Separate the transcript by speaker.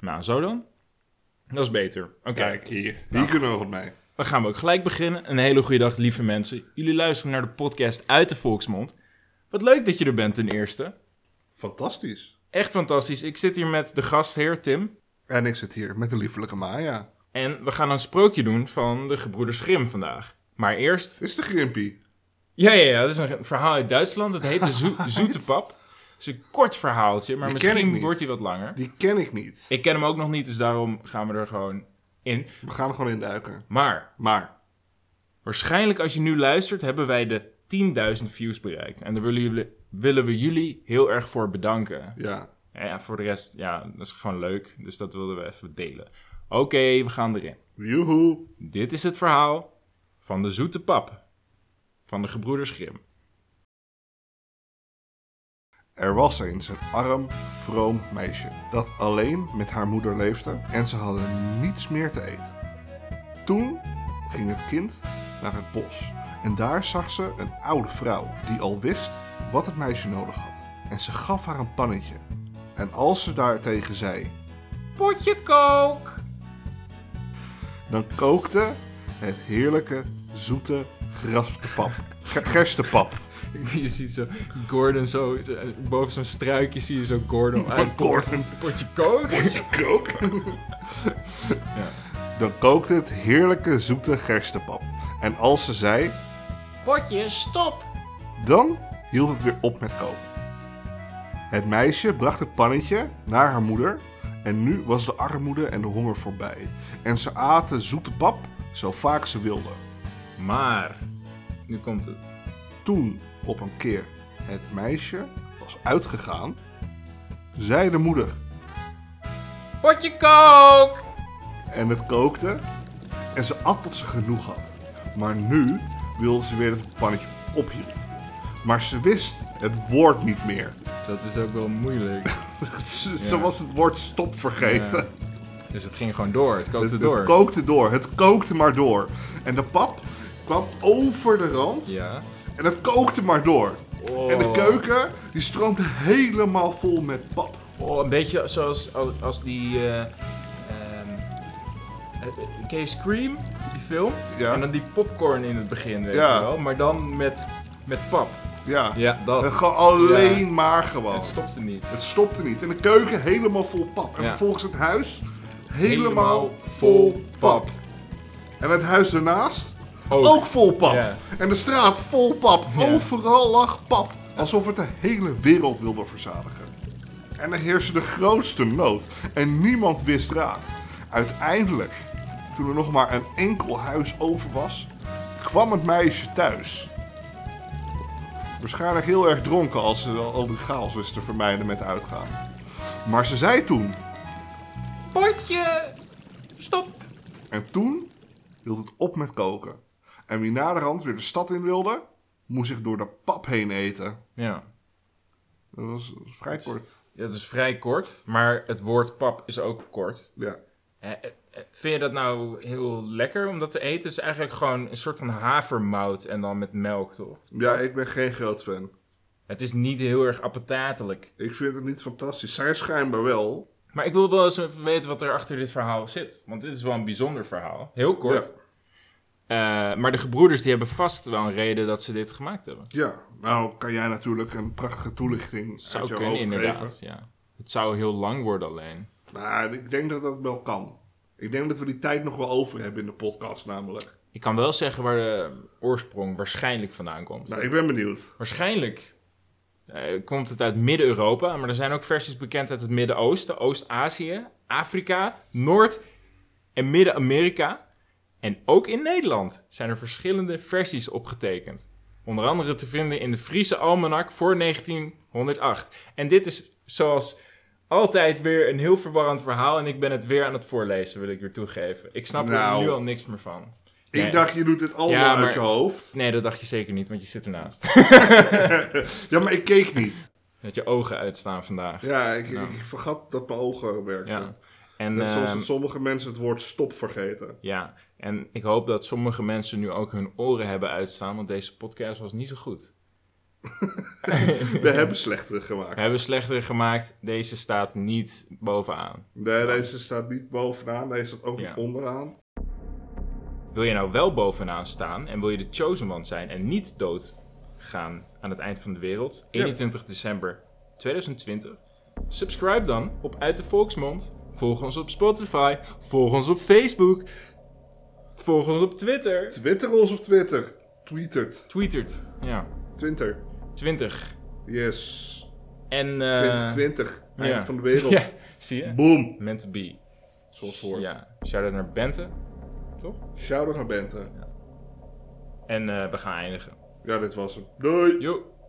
Speaker 1: Nou, zo dan. Dat is beter. Oké,
Speaker 2: Kijk, hier. Hier kunnen we wat mee.
Speaker 1: dan gaan we ook gelijk beginnen. Een hele goede dag, lieve mensen. Jullie luisteren naar de podcast uit de Volksmond. Wat leuk dat je er bent ten eerste.
Speaker 2: Fantastisch.
Speaker 1: Echt fantastisch. Ik zit hier met de gastheer Tim.
Speaker 2: En ik zit hier met de liefelijke Maya.
Speaker 1: En we gaan een sprookje doen van de gebroeders Grimm vandaag. Maar eerst...
Speaker 2: Dit is de Grimpy.
Speaker 1: Ja, ja, ja. Dat is een verhaal uit Duitsland. Het heet De Zo- Zoete Pap. Het is een kort verhaaltje, maar
Speaker 2: Die ken ik
Speaker 1: misschien
Speaker 2: niet.
Speaker 1: wordt hij wat langer.
Speaker 2: Die ken ik niet.
Speaker 1: Ik ken hem ook nog niet, dus daarom gaan we er gewoon in.
Speaker 2: We gaan er gewoon induiken.
Speaker 1: Maar
Speaker 2: Maar,
Speaker 1: waarschijnlijk als je nu luistert, hebben wij de 10.000 views bereikt. En daar willen, jullie, willen we jullie heel erg voor bedanken.
Speaker 2: ja.
Speaker 1: En ja, voor de rest, ja, dat is gewoon leuk. Dus dat wilden we even delen. Oké, we gaan erin.
Speaker 2: Joehoe.
Speaker 1: Dit is het verhaal van de zoete pap van de gebroeders Grimm.
Speaker 2: Er was eens een arm, vroom meisje dat alleen met haar moeder leefde en ze hadden niets meer te eten. Toen ging het kind naar het bos en daar zag ze een oude vrouw die al wist wat het meisje nodig had. En ze gaf haar een pannetje. En als ze daartegen zei,
Speaker 1: Potje kook!
Speaker 2: dan kookte het heerlijke, zoete graspap. Ge- Gerstepap.
Speaker 1: Je ziet zo Gordon zo, boven zo'n struikje zie je zo Gordon uit.
Speaker 2: Gordon.
Speaker 1: Potje kook!
Speaker 2: koken. Dan kookte het heerlijke zoete gerstepap. En als ze zei,
Speaker 1: Potje stop!
Speaker 2: dan hield het weer op met koken. Het meisje bracht het pannetje naar haar moeder. En nu was de armoede en de honger voorbij. En ze aten zoete pap zo vaak ze wilden.
Speaker 1: Maar, nu komt het.
Speaker 2: Toen op een keer het meisje was uitgegaan, zei de moeder.
Speaker 1: Potje kook!
Speaker 2: En het kookte. En ze at tot ze genoeg had. Maar nu wilde ze weer dat het pannetje ophield. Maar ze wist het woord niet meer.
Speaker 1: Dat is ook wel moeilijk.
Speaker 2: ze, ze was het woord stop vergeten.
Speaker 1: Dus het ging gewoon door, het
Speaker 2: Het,
Speaker 1: kookte
Speaker 2: het
Speaker 1: door.
Speaker 2: kookte door. Het kookte maar door. En de pap kwam over de rand.
Speaker 1: Ja.
Speaker 2: En het kookte maar door.
Speaker 1: Oh.
Speaker 2: En de keuken die stroomde helemaal vol met pap.
Speaker 1: Oh, een beetje zoals als, als die. eh, ehm, eh, ken je Scream, die film?
Speaker 2: Ja.
Speaker 1: En dan die popcorn in het begin, weet
Speaker 2: Ja.
Speaker 1: je wel. Maar dan met, met pap.
Speaker 2: Ja.
Speaker 1: Ja, dat.
Speaker 2: Het gewoon alleen maar gewoon.
Speaker 1: Het stopte niet.
Speaker 2: Het stopte niet. En de keuken helemaal vol pap. En
Speaker 1: Ja.
Speaker 2: vervolgens het huis helemaal,
Speaker 1: Helemaal
Speaker 2: vol
Speaker 1: vol
Speaker 2: pap.
Speaker 1: pap.
Speaker 2: En het huis daarnaast ook,
Speaker 1: Ook.
Speaker 2: vol pap.
Speaker 1: Ja.
Speaker 2: En de straat vol pap.
Speaker 1: Ja.
Speaker 2: Overal lag pap. Alsof het de hele wereld wilde verzadigen. En er heerste de grootste nood. En niemand wist raad. Uiteindelijk, toen er nog maar een enkel huis over was, kwam het meisje thuis. Waarschijnlijk heel erg dronken als ze al die chaos wist te vermijden met uitgaan. Maar ze zei toen.
Speaker 1: Potje! Stop!
Speaker 2: En toen hield het op met koken. En wie naderhand weer de stad in wilde, moest zich door de pap heen eten.
Speaker 1: Ja.
Speaker 2: Dat was vrij kort.
Speaker 1: Ja, Het is vrij kort, maar het woord pap is ook kort.
Speaker 2: Ja.
Speaker 1: Eh, eh, eh, Vind je dat nou heel lekker om dat te eten? Het is eigenlijk gewoon een soort van havermout en dan met melk, toch?
Speaker 2: ja, ik ben geen groot fan.
Speaker 1: Het is niet heel erg appetitelijk.
Speaker 2: Ik vind het niet fantastisch. Zij schijnbaar wel.
Speaker 1: Maar ik wil wel eens even weten wat er achter dit verhaal zit. Want dit is wel een bijzonder verhaal. Heel kort.
Speaker 2: Ja.
Speaker 1: Eh, maar de gebroeders die hebben vast wel een reden dat ze dit gemaakt hebben.
Speaker 2: Ja, nou kan jij natuurlijk een prachtige toelichting
Speaker 1: Zou
Speaker 2: uit je
Speaker 1: kunnen,
Speaker 2: hoofd
Speaker 1: inderdaad.
Speaker 2: geven.
Speaker 1: Ja. Het zou heel lang worden alleen.
Speaker 2: Maar ik denk dat dat wel kan. Ik denk dat we die tijd nog wel over hebben in de podcast namelijk.
Speaker 1: Ik kan wel zeggen waar de oorsprong waarschijnlijk vandaan komt.
Speaker 2: Nou, ik ben benieuwd.
Speaker 1: Waarschijnlijk eh, komt het uit Midden-Europa, maar er zijn ook versies bekend uit het Midden-Oosten, Oost-Azië, Afrika, Noord- en Midden-Amerika. En ook in Nederland zijn er verschillende versies opgetekend. Onder andere te vinden in de Friese Almanak voor 1908. En dit is zoals altijd weer een heel verwarrend verhaal. En ik ben het weer aan het voorlezen, wil ik weer toegeven. Ik snap
Speaker 2: Nou.
Speaker 1: er nu al niks meer van. Nee.
Speaker 2: Ik dacht, je doet dit allemaal
Speaker 1: Ja, maar-
Speaker 2: uit je hoofd.
Speaker 1: Nee, dat dacht je zeker niet, want je zit ernaast.
Speaker 2: Ja, maar ik keek niet.
Speaker 1: Dat je ogen uitstaan vandaag.
Speaker 2: Ja, ik, ik vergat dat mijn ogen werkten.
Speaker 1: Ja. En,
Speaker 2: Net zoals
Speaker 1: ehm,
Speaker 2: dat sommige mensen het woord stop vergeten.
Speaker 1: ja, en ik hoop dat sommige mensen nu ook hun oren hebben uitstaan, want deze podcast was niet zo goed.
Speaker 2: We hebben slechtere gemaakt.
Speaker 1: Hebben we slechter gemaakt. Deze staat niet bovenaan.
Speaker 2: Nee, deze staat niet bovenaan. Deze staat ook
Speaker 1: Ja.
Speaker 2: onderaan.
Speaker 1: Wil je nou wel bovenaan staan en wil je de chosen one zijn en niet dood gaan aan het eind van de wereld? 21 december 2020. Subscribe dan op Uit de Volksmond. Volg ons op Spotify. Volg ons op Facebook. Volg ons op Twitter.
Speaker 2: Twitter ons op Twitter. Tweetert.
Speaker 1: Tweetert. Ja.
Speaker 2: Twitter.
Speaker 1: 20.
Speaker 2: Yes.
Speaker 1: En. eh,
Speaker 2: 2020. Einde
Speaker 1: ja.
Speaker 2: van de wereld.
Speaker 1: Ja, zie je?
Speaker 2: Boom.
Speaker 1: Meant to be.
Speaker 2: Slotwoord.
Speaker 1: Ja. Shout-out naar Bente. Toch?
Speaker 2: Shout-out naar Bente.
Speaker 1: En eh, we gaan eindigen.
Speaker 2: Ja, dit was hem. Doei.
Speaker 1: Yo.